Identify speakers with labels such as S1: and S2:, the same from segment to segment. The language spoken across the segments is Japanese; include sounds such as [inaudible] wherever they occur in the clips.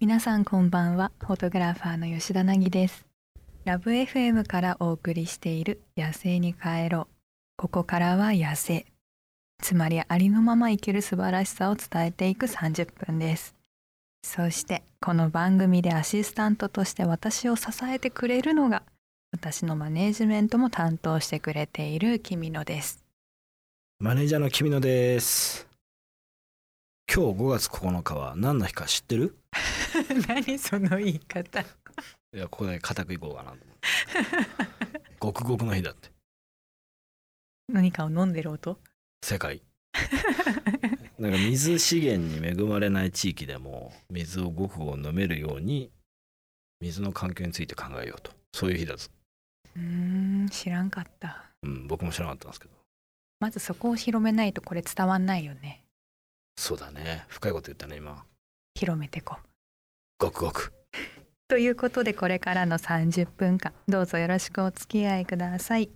S1: 皆さんこんばんはフォトグラファーの吉田凪ですラブ FM からお送りしている野生に帰ろうここからは野生つまりありのまま生きる素晴らしさを伝えていく30分ですそしてこの番組でアシスタントとして私を支えてくれるのが私のマネージメントも担当してくれている君野です
S2: マネージャーの君野です。今日5月9日は何の日か知ってる
S1: [laughs] 何その言い方
S2: いや、ここで固くいこうかなと思って。 [laughs] ごくごくの日だって。
S1: 何かを飲んでる音
S2: 世界。なんか水資源に恵まれない地域でも水をごくごく飲めるように水の環境について考えようと。そういう日だぞ。
S1: うーん知らんかった
S2: うん、僕も知らなかったんですけど。
S1: まずそこを広めないとこれ伝わんないよね
S2: そうだね。深いこと言ったね、今。
S1: 広めてこう
S2: ごくごく。
S1: ということでこれからの30分間どうぞよろしくお付き合いください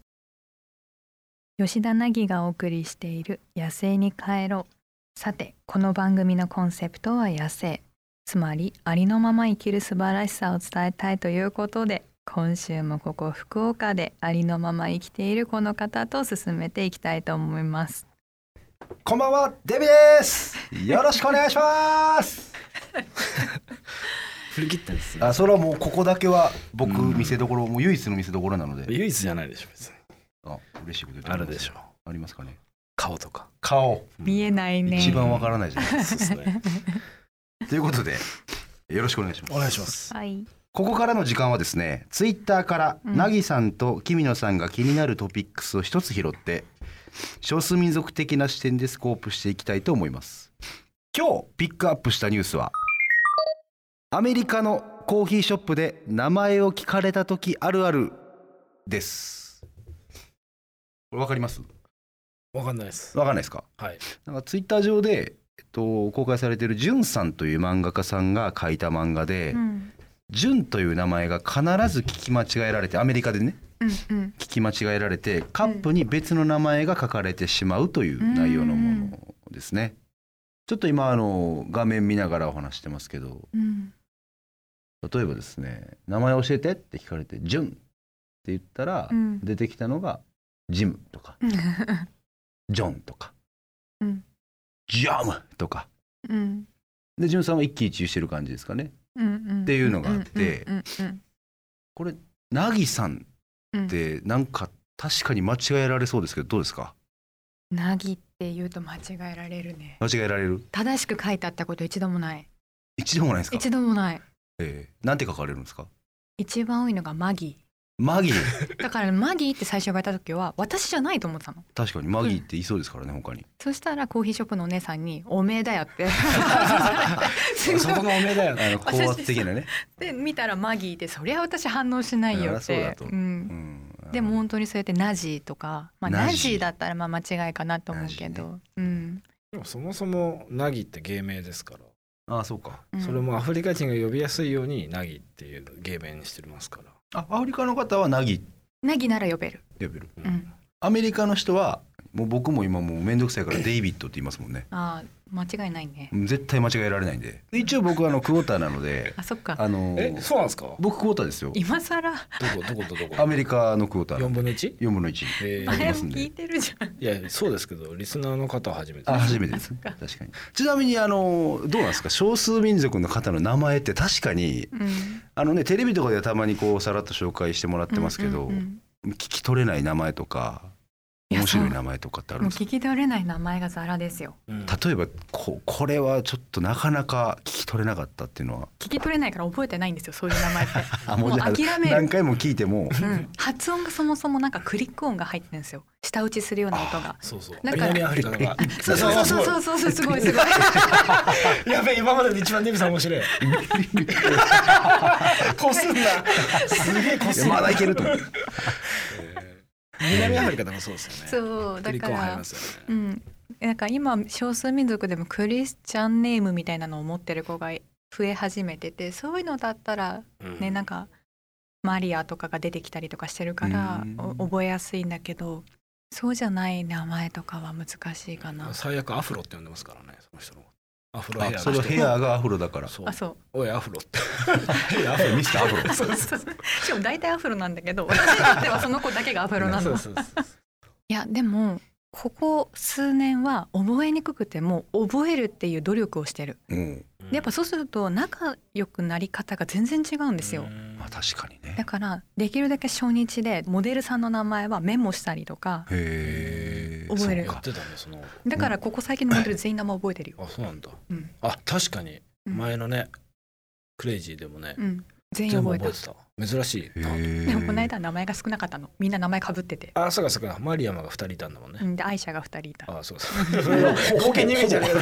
S1: 吉田凪がお送りしている「野生に帰ろう」さてこの番組のコンセプトは「野生」つまりありのまま生きる素晴らしさを伝えたいということで今週もここ福岡でありのまま生きているこの方と進めていきたいと思います
S3: こんばんは、デビです。よろしくお願いします。
S2: 振り切ったんですね
S3: [laughs] あ、それはもうここだけは僕
S2: うん
S3: 見せ所、もう唯一の見せ所なので。
S2: 唯一じゃないでしょ、別に。
S3: あ、嬉しいこと言って
S2: あるでし
S3: ょ。
S2: ょ。
S3: ありますかね。
S2: 顔と [laughs] か。
S3: 顔、
S1: 見えないね
S3: 一番わからないじゃないで
S2: そうです [laughs] ね。
S3: すか。 [laughs] ということで、よろしくお願いします。
S2: お願いします。
S1: はい
S3: ここからの時間はですね、ツイッターから
S1: うん
S3: なぎさんときみのさんが気になるトピックスを一つ拾って、少数民族的な視点でスコープしていきたいと思います。今日ピックアップしたニュースは、アメリカのコーヒーショップで名前を聞かれた時あるあるです。これわかります？
S2: わかんないです。
S3: わかんないですか？
S2: はい。
S3: なんかツイッター上で。えっと、公開されてるジュンさんという漫画家さんが書いた漫画で、
S1: うん
S3: ジュンという名前が必ず聞き間違えられてアメリカでね
S1: うんうん
S3: 聞き間違えられてカップに別の名前が書かれてしまうという内容のものですね。ちょっと今あの画面見ながらお話してますけど
S1: うん
S3: 例えばですね「名前教えて」って聞かれて「ジュン」って言ったら
S1: うん
S3: 出てきたのが「ジム」とか「ジョン」とか
S1: うん
S3: 「ジャム」とか
S1: うん
S3: でジュンさんは一喜一憂してる感じですか
S1: っ
S3: ね。っていうのがあって
S1: うんうん
S3: これナギさん
S1: うんうん
S3: ってなんか確かに間違えられそうですけどどうですか
S1: なぎって言うと間違えられるね
S3: 間違えられる
S1: 正しく書いてあったこと一度もない
S3: 一度もないですか
S1: 一度もない
S3: えー、なんて書かれるんですか
S1: 一番多いのがマギ
S3: マギー
S1: ーだからマギーって最初言われた時は私じゃないと思ってたの
S3: 確かにマギーっていそうですからね他に
S1: そしたらコーヒーショップのお姉さんに「おめえだよ」ってすごい
S2: そこがおめえだよ。
S3: あの高圧的なね、
S1: で見たらマギーでそりゃ私反応しないよっ
S3: そりゃそうだ
S1: て
S3: と
S1: ん
S3: うん、
S1: でも本当にそうやってナジーとか、まあ、
S3: ナ
S1: ナ
S3: ジー
S1: ジーだったらまあ間違いかなと思うけど、うん
S2: でもそもそもナギって芸名ですから、
S3: ああそうか
S1: うん、
S2: それもアフリカ人が呼びやすいようにナギっていう芸名にしてますから。
S3: あアフリカの方はナギーって
S1: ナギなら呼べる、
S3: 呼べる
S1: うん
S3: アメリカの人はもう僕も今もう面倒くさいからデイビッドって言いますもんね
S1: あー間違いないね
S3: 絶対間違えられないんで一応僕はあのクォーターなので
S1: あそっか
S3: あの
S2: え、そうなんですか。どこ
S3: 僕クォーターですよ
S1: 今更
S2: どことどこ。
S3: アメリカのクォーターな
S2: 四
S3: んで
S2: 分の一。
S3: 4分の1
S2: え
S3: あ
S1: 前
S3: り
S2: ー
S3: ま
S1: も
S3: すんで
S1: 聞いてるじゃん
S2: いやそうですけどリスナーの方は初めて
S3: あ初めてです
S1: そっか
S3: 確かにちなみにあのどうなんですか少数民族の方の名前って確かに
S1: うん
S3: あのねテレビとかではたまにこうさらっと紹介してもらってますけど、
S1: うんうん
S3: 聞き取れない名前とか
S1: いや
S3: 面白い名前とかってあ
S1: うん
S3: る
S1: もう
S3: んですか
S1: 聞き取れない名前がザラですよ
S2: うん
S3: 例えばここれはちょっとなかなか聞き取れなかったっていうのは
S1: 聞き取れないから覚えてないんですよそういう名前って
S3: あ
S1: もう
S3: じゃあ
S1: 諦め
S3: 何
S1: る、
S3: 回も聞いても
S1: うん、発音がそもそもなんかクリック音が入ってるんですよ舌打ちするような音が
S2: そうそう。
S1: だから
S2: 南アフリカとか。
S1: そうそうそうそうそうそうすごいすごい
S2: やべえ今までで一番デビさん面白い。 [laughs] こすんな。すげえこ
S3: い
S2: す
S3: や
S2: んな。
S3: まだいける
S1: [laughs]
S3: と思う
S2: 南アフリカでもそうですよね。
S1: そう
S2: ク
S1: だ
S2: リ
S1: か
S2: コン入り
S1: ら
S2: ますよね。
S1: うんなんか今少数民族でもクリスチャンネームみたいなのを持ってる子が増え始めててそういうのだったらね、なんかマリアとかが出てきたりとかしてるから
S3: うん
S1: お覚えやすいんだけどそうじゃない名前とかは難しいかな
S2: 最悪アフロって呼んでますからねその人のアフロヘア
S3: あ
S2: の
S3: そ
S2: 人
S3: のヘアがアフロだから
S2: そう
S1: あそう
S2: おいアフロって
S3: アフロミスターアフロ
S1: そうそうそうしかも大体アフロなんだけど私にとってはその子だけがアフロな
S2: そ
S1: の
S2: うそうそう
S1: いやでもここ数年は覚えにくくても覚えるっていう努力をしてる
S3: うん
S1: でやっぱそうすると仲良くなり方が全然違うんですよ、
S2: うん
S3: まあ確かにね
S1: だからできるだけ初日でモデルさんの名前はメモしたりとか
S3: へえ
S1: 覚える
S2: やってたねその
S1: だからここ最近のモデル全員名前覚えてるよ、
S2: あそうなんだ
S1: うん
S2: あ確かに
S1: うん
S2: 前のねクレイジーでもね
S1: うん、全員
S2: 全部
S1: 覚え
S2: 覚
S1: た
S2: えてた珍しいな
S1: でもこの間は名前が少なかったのみんな名前かぶってて、
S2: あそうかそうかマリアマが2人いたんだもんね
S1: うん、で愛車が2人いた
S2: あそうそうそれは後見
S1: [laughs]
S2: に見えちゃうけど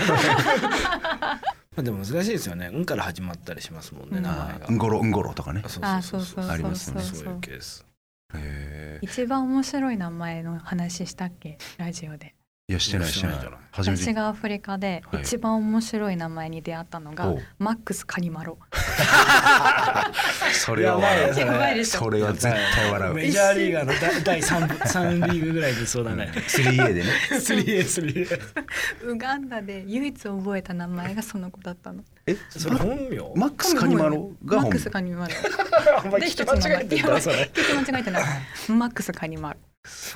S2: まあでも難しいですよね「うん」から始まったりしますもん
S1: う
S2: ね
S1: ん
S2: 名前が
S3: んごろんごろとかね
S1: あそうそう
S3: ありますよね
S1: そうそう
S2: そういうケース
S3: へえ
S1: 一番面白い名前の話したっけラジオで
S3: いやしてないしてない
S2: してない
S3: 初めて
S1: 私がアフリカで
S3: はい
S1: 一番面白い名前に出会ったのが、
S3: おう
S1: マックス・カニマロ
S3: そ
S2: れは笑う
S1: やばいでしょ
S3: それは絶対笑う
S2: メジャーリーガーの第第 3, 三リーグぐらいでそうだね
S3: 3A でね
S2: 3A3A
S1: ウガンダで唯一覚えた名前がその子だったの
S3: え
S2: それ本名
S3: マックスカニマロが
S1: マッ
S3: 本
S1: ク
S3: 名
S1: ス・カニマロ
S2: あんまり聞き間違えてんだそれ
S1: 聞き間違えてないマックス・カニマロ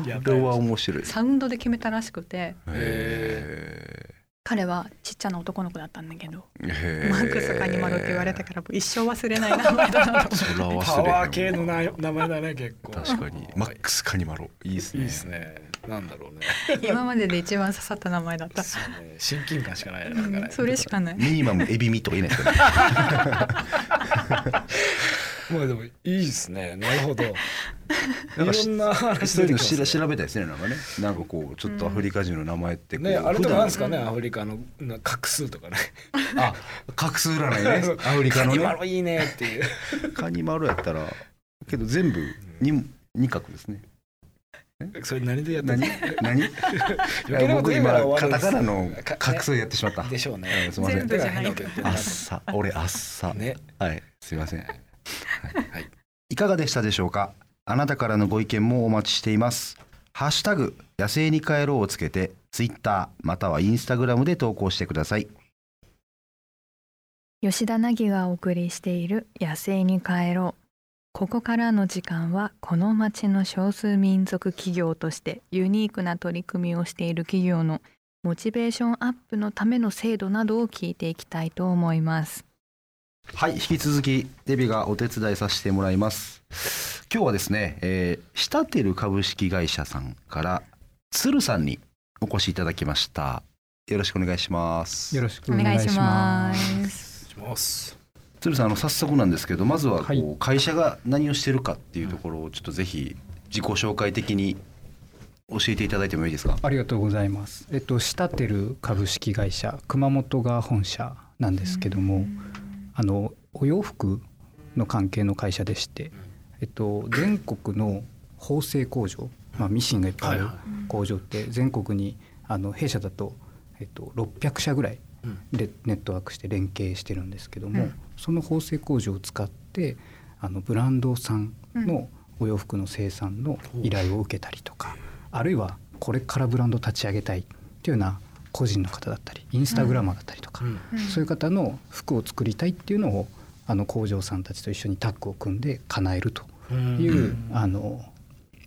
S2: や
S3: それは面白いへ
S1: サウンドで決めたらしくて
S3: え
S1: 彼はちっちゃな男の子だったんだけど、
S3: へえ
S1: マックス・カニマロって言われたからもう一生忘れない名前だなと
S3: それは忘れへん
S2: パワー系のな名前だね結構
S3: 確かにマックスカニマロいいです
S2: いい
S3: ね
S2: ですねなんだろうね
S1: 今までで一番刺さった名前だった、
S2: そうね親近感しかないねなんか
S1: う
S2: ね
S1: んそれしかない
S3: ミニマムエビミとかい [laughs] ないですかね
S2: まあでもいいですねなるほどい
S3: なんか
S2: ろんな
S3: 一
S2: 話出て
S3: 人
S2: きま
S3: の
S2: すね
S3: 調調べたいですねなんかねなんかこうちょっとアフリカ人の名前ってこう
S2: ねあれとかなんですかね
S1: 普段
S2: アフリカのな画数とかね
S3: 普段あ画数占いね [laughs] アフリカの
S2: [laughs] カニマ
S3: ね
S2: ロいいねっていう
S3: カニマロやったらけど全部に二画ですね
S2: それ何でやってん
S3: 何
S2: の
S3: 何
S2: 余計なこと
S3: 僕
S2: 言うから
S3: 今
S2: 終
S3: カ
S2: わ
S3: タ
S2: る
S3: カナの
S2: か
S3: 画数やってしまった
S2: でしょうね
S3: うんすいません
S1: 全部じゃないけど
S2: 変なこと言って
S3: あ
S2: ま
S3: っ
S2: す
S3: さ俺あっさ
S2: ね
S3: はいすいません
S2: はい
S3: いかがでしたでしょうかあなたからのご意見もお待ちしていますハッシュタグ野生に帰ろうをつけてツイッターまたはインスタグラムで投稿してください
S1: 吉田凪がお送りしている「野生に帰ろう」ここからの時間はこの町の少数民族企業としてユニークな取り組みをしている企業のモチベーションアップのための制度などを聞いていきたいと思います。
S3: はい引き続きデビがお手伝いさせてもらいます今日はですね、えー、シタテル株式会社さんから鶴さんにお越しいただきましたよろしくお願いします
S4: よろしく
S1: お
S4: お
S1: 願
S4: 願
S1: い
S4: い
S1: し
S4: し
S1: ま。
S4: ます
S2: します
S3: 鶴さんあの早速なんですけどまずはこう、
S4: はい
S3: 会社が何をしてるかっていうところをちょっとぜひ自己紹介的に教えていただいてもいいですか
S4: ありがとうございます。えっと、シタテル株式会社熊本が本社なんですけども、あのお洋服の関係の会社でして、えっと、全国の縫製工場、まあ、ミシンがいっぱいある
S2: はいは
S4: 工場って全国にあの弊社だと、えっと、600社ぐらい
S2: うん
S4: でネットワークして連携してるんですけども、
S1: うん
S4: その縫製工場を使ってあのブランドさんのお洋服の生産の依頼を受けたりとか、あるいはこれからブランド立ち上げたいっていうような個人の方だったりインスタグラマーだったりとか、
S2: うん
S4: そういう方の服を作りたいっていうのをあの工場さんたちと一緒にタッグを組んで叶えるという、あの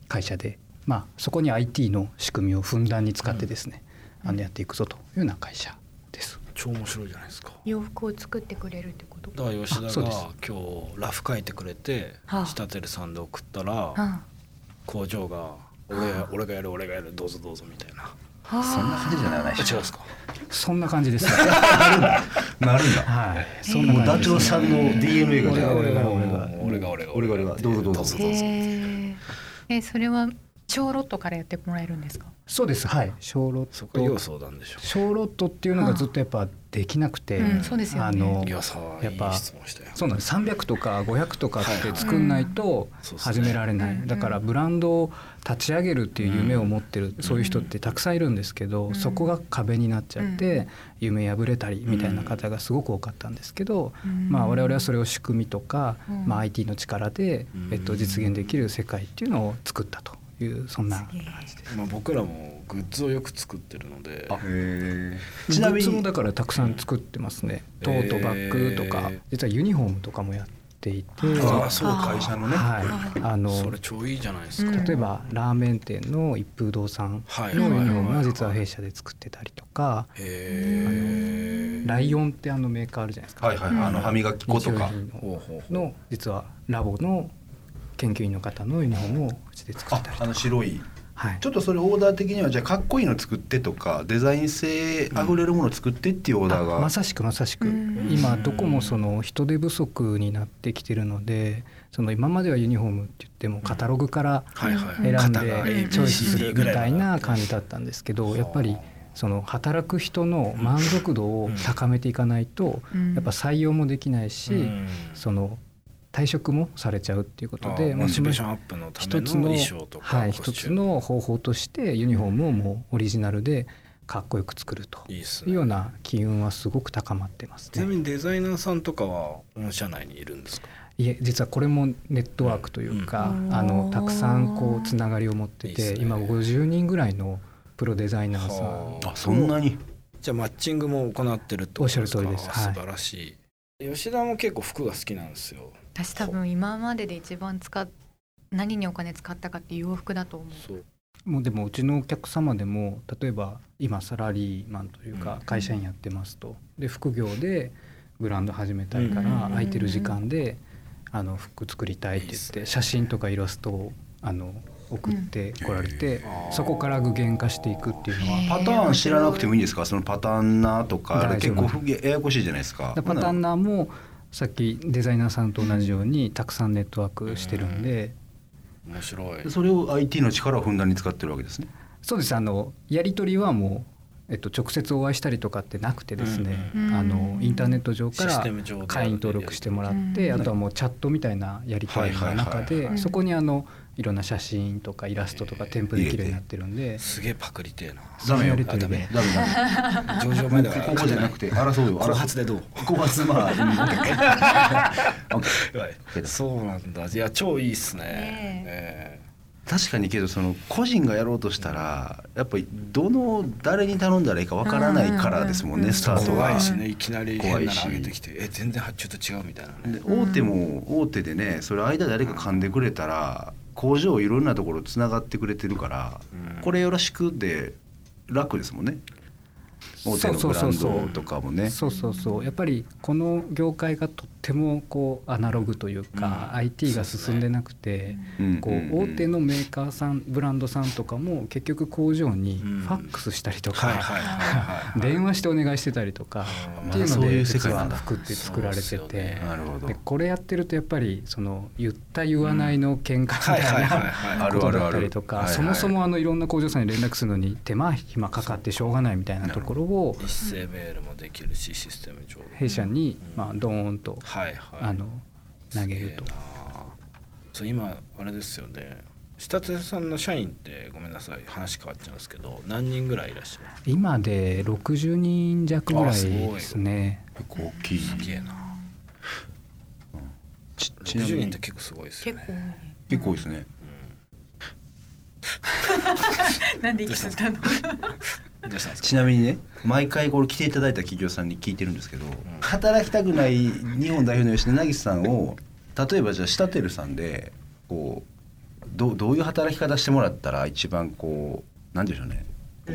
S4: 会社で、まあ、そこに IT の仕組みをふんだんに使ってですね、あのやっていくぞというような会社です。
S2: 超面白いじゃないですか
S1: 洋服を作ってくれるってこと
S2: だから吉田
S4: あそうで
S2: が今日ラフ書いてくれて
S1: はあ
S2: 仕立てるさんで送ったら
S1: あ
S2: 工場が俺が俺がやる俺がやるどうぞどうぞみたいな
S1: あ
S3: そんな感じじゃない
S2: あ違うんですか
S4: そ [laughs] んな感じです、ね。
S3: なるんだ
S4: はい。そんな
S3: もうダ
S4: 感
S3: チ
S4: じ
S3: ョ
S4: で
S3: ウ
S4: す
S3: さんの DNA がじゃあ
S4: 俺が
S2: 俺が俺が
S3: 俺が
S2: 俺が
S3: 俺が俺がどうぞどうぞ
S1: へええそれは小ロットからやってもらえるんですか
S4: そうです。はい。小ロ
S2: そこが要
S4: ット。
S2: 相談でしょ
S4: 小ロットっていうのがずっとやっぱできなくて、
S1: うんそうですよね
S4: あの
S2: いやさあ
S4: や
S2: い
S4: っ
S2: い
S4: ぱ
S2: 質問したよ
S4: そうなんです300とか500とかっ
S2: はい
S4: て
S2: はい
S4: 作んないと
S2: そうっすね
S4: 始められない、
S1: うん
S4: だからブランドを立ち上げるっていう夢を持ってる、そういう人ってたくさんいるんですけど、
S1: うん
S4: そこが壁になっちゃって、夢破れたりみたいな方がすごく多かったんですけど、
S1: うん
S4: まあ、我々はそれを仕組みとか、
S1: うん
S4: まあ、IT の力で、えっと、実現できる世界っていうのを作ったというそんな
S1: すげえ
S2: まあ、僕らもグッズをよく作ってるので
S3: あへえ
S4: ち
S3: ちな
S4: なみ
S3: み
S4: に
S3: に
S4: だからたくさん作ってますね、
S2: うん
S4: トートバッグとか、
S2: えー
S4: 実はユニフォームとかもやっていて、
S3: あ
S4: は
S3: あそう会社のね、
S4: い、あの
S2: それ超いいじゃないですか、
S1: うん
S4: 例えばラーメン店の一風堂さん
S2: はい
S4: のユニフォーム
S2: はい
S4: は実は弊社で作ってたりとか、
S2: へえ
S4: ライオンってあのメーカーあるじゃないですか、
S3: はいはい、
S1: うん
S3: あの歯磨き粉とか
S4: 日用品の
S2: ほうほうほう
S4: の実はラボの研究員の方のユニフォームをうちで作っ
S3: あ
S4: たりと
S3: あ
S4: か
S3: の白い
S4: はい
S3: ちょっとそれオーダー的にはじゃあかっこいいの作ってとかデザイン性あふれるもの作ってっていうオーダーが、
S4: あまさしくまさしく
S1: うん
S4: 今どこもその人手不足になってきてるのでその今まではユニフォームって言ってもカタログから
S2: はいはい
S1: うん
S4: 選んで
S3: 型が
S4: チョイスするみたいな感じだったんですけ
S2: は
S4: ど
S2: あ
S4: やっぱりその働く人の満足度を高めていかないと
S1: うん
S4: やっぱ採用もできな
S2: う
S4: い
S2: ん
S4: しその退職もされちゃうっていうこと
S2: あ
S4: で
S2: ー
S4: ま
S2: モ
S4: あ
S2: チベーシ
S4: そ
S2: ョ
S4: の
S2: ンアップのため
S4: 一
S2: の
S4: つの
S2: 衣装とか
S4: はい
S2: コス
S4: 一
S2: チュ
S4: つ
S2: ーム
S4: の方法としてユニフォームをもうオリジナルでかっこよく作ると
S2: いいっす
S4: いう
S2: ね
S4: ような機運はすごく高まってます
S2: ちな
S4: ね。
S2: みにデザイナーさんとかは御社内にいるんですか
S4: いえ実はこれもネットワークというか、
S1: うん
S4: あ
S1: お
S4: の
S1: ー
S4: たくさんこうつながりを持って
S2: いい
S4: て
S2: っすね
S4: 今50人ぐらいのプロデザイナーさん
S2: はあ
S3: あそんなに
S2: じゃあマッチングも行ってるってことですか
S4: おっしゃる通りですはい
S2: 素晴らしい吉田も結構服が好きなんですよ
S1: 私多分今までで一番使っ何にお金使ったかって洋服だと思う
S2: そう
S4: もうでもうちのお客様でも例えば今サラリーマンという
S2: う
S4: か会社員やってますと、で副業でブランド始めたいか
S1: う
S4: ら
S1: ん
S4: 空いてる時間であの服作りたいって
S2: いい
S4: 言
S2: っ
S4: っ
S2: す
S4: て
S2: ね
S4: 写真とかイラストをあの送ってこられて、
S2: あー
S4: そこから具現化していくっていうのは
S1: へ
S3: パターン知らなくてもいいんですかそのパターンなとかあれ
S4: 大丈
S3: 結
S4: 夫
S3: 構ふげややこしいじゃないですか
S4: だからパターンナーもさっきデザイナーさんと同じようにたくさんネットワークしてるんで、
S2: 面白い
S3: それを IT の力をふんだんに使ってるわけですね
S4: そうですあのやり取りはもう、えっと、直接お会いしたりとかってなくてですね、
S1: うんうん
S4: あのインターネット上か
S2: シス
S4: ら
S2: テム上で
S4: 会員登録してもらって、
S1: うん
S4: あとはもうチャットみたいなやり取りの中
S3: はいはいはい
S1: は
S4: で
S1: い
S4: そこにあのいろんな写真とかイラストとか添付できるようになってるんで。
S2: すげえパクりてえな
S4: そのやり取りで
S3: ダメダ
S2: 上場前
S3: メ
S2: だ
S3: ダメ
S2: から
S3: ここじゃなくて争うよ
S2: 後発
S3: で
S2: でどう
S3: 後発まあうんオッケーオッケー
S2: そうなんだいや超いいっすね
S1: ね
S2: え
S3: 確かにけどその個人がやろうとしたらやっぱりどの誰に頼んだらいいかわからないからですもん
S1: うん
S3: ねスタ
S2: え
S3: ート
S2: 怖
S3: が
S2: い。しねいきなり変な
S3: 怖いし
S2: の上げてきてえ全然発注と違うみたいなね
S3: で大手も大手でねそれ間誰か噛んでくれたら工場いろんなところつながってくれてるから
S2: うん
S3: これよろしくで楽ですもんね大手のブランドとかもね。
S4: そうそうそうやっぱりこの業界がとってもこうアナログというか、
S2: うん
S4: IT が進んでなくて、
S3: うん
S4: こう大手のメーカーさんブランドさんとかも結局工場に
S2: うん
S4: ファックスしたりと
S2: はいはい
S4: か
S2: はいはい
S4: 電話してお願いしてたりとか
S2: うん
S4: っていう
S3: まだそ
S4: の
S3: うい
S4: で
S3: う世界
S4: 実
S3: なん
S4: は
S3: だ
S4: 服って作られて
S2: そうですよね
S4: て
S3: なるほど
S4: でこれやってるとやっぱりその言った言わないの喧嘩みたい
S2: はいはい
S4: な
S2: はい
S3: ある
S4: ことだったりと
S3: あるあ
S4: か
S3: る
S4: そもそもあのいろんな工場さんに連絡するのに手間暇かかってしょうがないみたいなところを
S2: 一斉メールもできるしシステム上で
S4: 弊社に
S2: うん
S4: まあドーンと
S2: はいはい
S4: あの投げると
S2: すげえ。なそう今あれですよね下手さんの社員ってごめんなさい話変わっちゃうんですけど何人ぐらいいらっしゃる
S4: 今で60人弱ぐら
S2: あ
S4: い
S2: すごい
S4: ですね。
S3: 結構大きい
S2: すげえな
S3: ちちなみ
S2: 60人っ
S3: に
S2: て結構すごいですよ
S1: 結構
S2: ね
S1: 多いね
S3: 結構多いですね。
S1: [laughs] なんで息吸ったの
S2: どうしたんですか
S3: ちなみにね毎回これ来ていただいた企業さんに聞いてるんですけど、
S2: ん働
S3: 働きたくない日本代表の吉田ぎさんを例えばじゃあ下テルさんでこうどうどういう働き方してもらったら一番こうなんでしょうね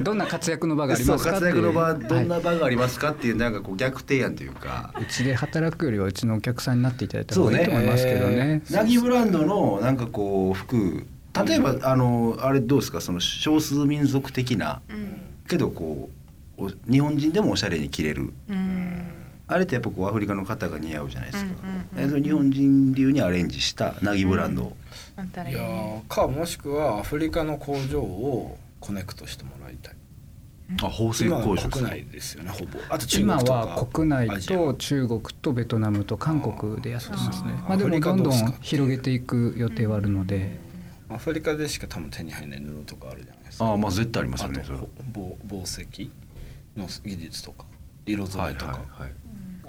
S4: どんな活躍の場がありますかって
S3: 活
S4: いう
S3: 躍の場どん
S4: は
S3: な場がありますかっていうなんかこう逆提案というか
S4: いうちで働くよりはうちのお客さんになっていただいた方がいいと思いますけど
S2: そうね
S4: ね。
S3: ナギブランドのなんかこう服例えばあのあれどうですかその少数民族的な
S1: うん
S3: けどこうお日本人でもおしゃれに着れる
S1: うん
S3: あれってやっぱこうアフリカの方が似合うじゃないですか、
S1: うんうんうん
S3: えそれ日本人流にアレンジしたナギブランド、
S1: あんたらい
S2: い
S1: い
S2: や
S1: ね
S2: ーかもしくはアフリカの工場をコネクトしてもらいたい
S3: あ縫製
S2: 今は
S3: 工場
S2: 国内ですよねほぼあと中国
S4: 今
S2: とか
S4: は国内
S2: アジア
S4: と中国とベトナムと韓国でやってますね
S2: あ。ー
S4: まあでもどん
S2: アフリカど
S4: ど
S2: うっ
S4: ん
S2: すか
S4: 広げていく予定はあるので、
S2: アフリカでしか多分手に入らない布とかあるじゃないですか
S3: ああまあ絶対ありますよね
S2: あ
S3: そ
S2: と
S3: れは
S2: ぼぼ紡績の技術とか色
S3: は
S2: 染
S3: い
S2: めとか、
S3: はいはい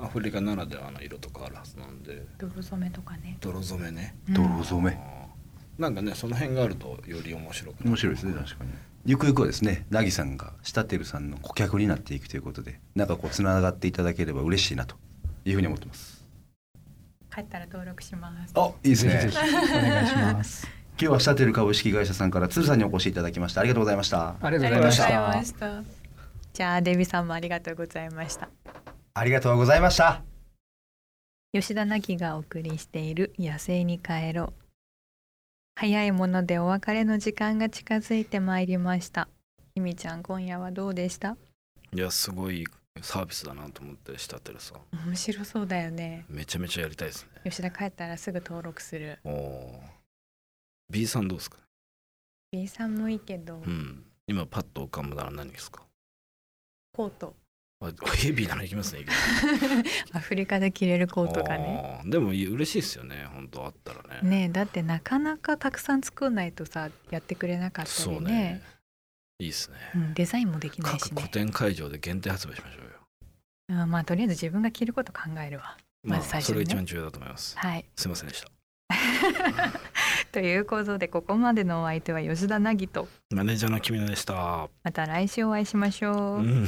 S2: アフリカならではの色とかあるはずなんで
S1: 泥染めとかね
S2: 泥染めね
S1: うん
S3: 泥染め
S2: あーなんかねその辺があるとより面白く
S3: 面白いですね確かにゆくゆくはですねなぎさんがシタテルさんの顧客になっていくということでなんかこうつながっていただければ嬉しいなというふうに思ってます
S1: 帰ったら登録します。
S3: あいいです
S4: ぜひ
S3: ね
S4: ぜひお願いします。
S3: 今日はシタテル株式会社さんから鶴さんにお越しいただきましたありがとうございました
S4: ありが
S1: あ
S4: と
S1: り
S4: う
S1: が
S4: ござ
S1: と
S4: いう
S1: ご
S4: まし
S1: ざい
S4: た
S1: ま。した。じゃあデビさんもありがとうございました。
S3: ありがとうございました
S1: 吉田凪がお送りしている野生に帰ろう。早いものでお別れの時間が近づいてまいりました。ひみちゃん今夜はどうでした？
S2: いやすごいサービスだなと思って仕立てるさん
S1: 面白そうだよね。
S2: めちゃめちゃやりたいですね
S1: 吉田帰ったらすぐ登録する。
S2: おー B さんどうですかね
S1: B さんもいいけど、
S2: うん今パッと浮かんだら何ですか
S1: コート。
S2: あヘビーなのいきますねいきます
S1: アフリカで着れるコートがね。
S2: あーでも嬉しいですよね本当あったらね
S1: ねえだってなかなかたくさん作んないとさやってくれなかった
S2: そう
S1: り
S2: ね
S1: ね
S2: いいですね
S1: うんデザインもできない
S2: 各
S1: し
S2: 個
S1: ね、
S2: 展会場で限定発売しましょうよ
S1: うん、まあとりあえず自分が着ること考えるわ
S2: ま
S1: ま
S2: あ
S1: ず最
S2: そ
S1: 初に
S2: れ
S1: ね
S2: が一番重要だと思います
S1: はい [laughs]
S2: すいませんでした
S1: ということでここまでのお相手は吉田凪と
S2: マネージャーの君のでした
S1: また来週お会いしましょう、
S2: うん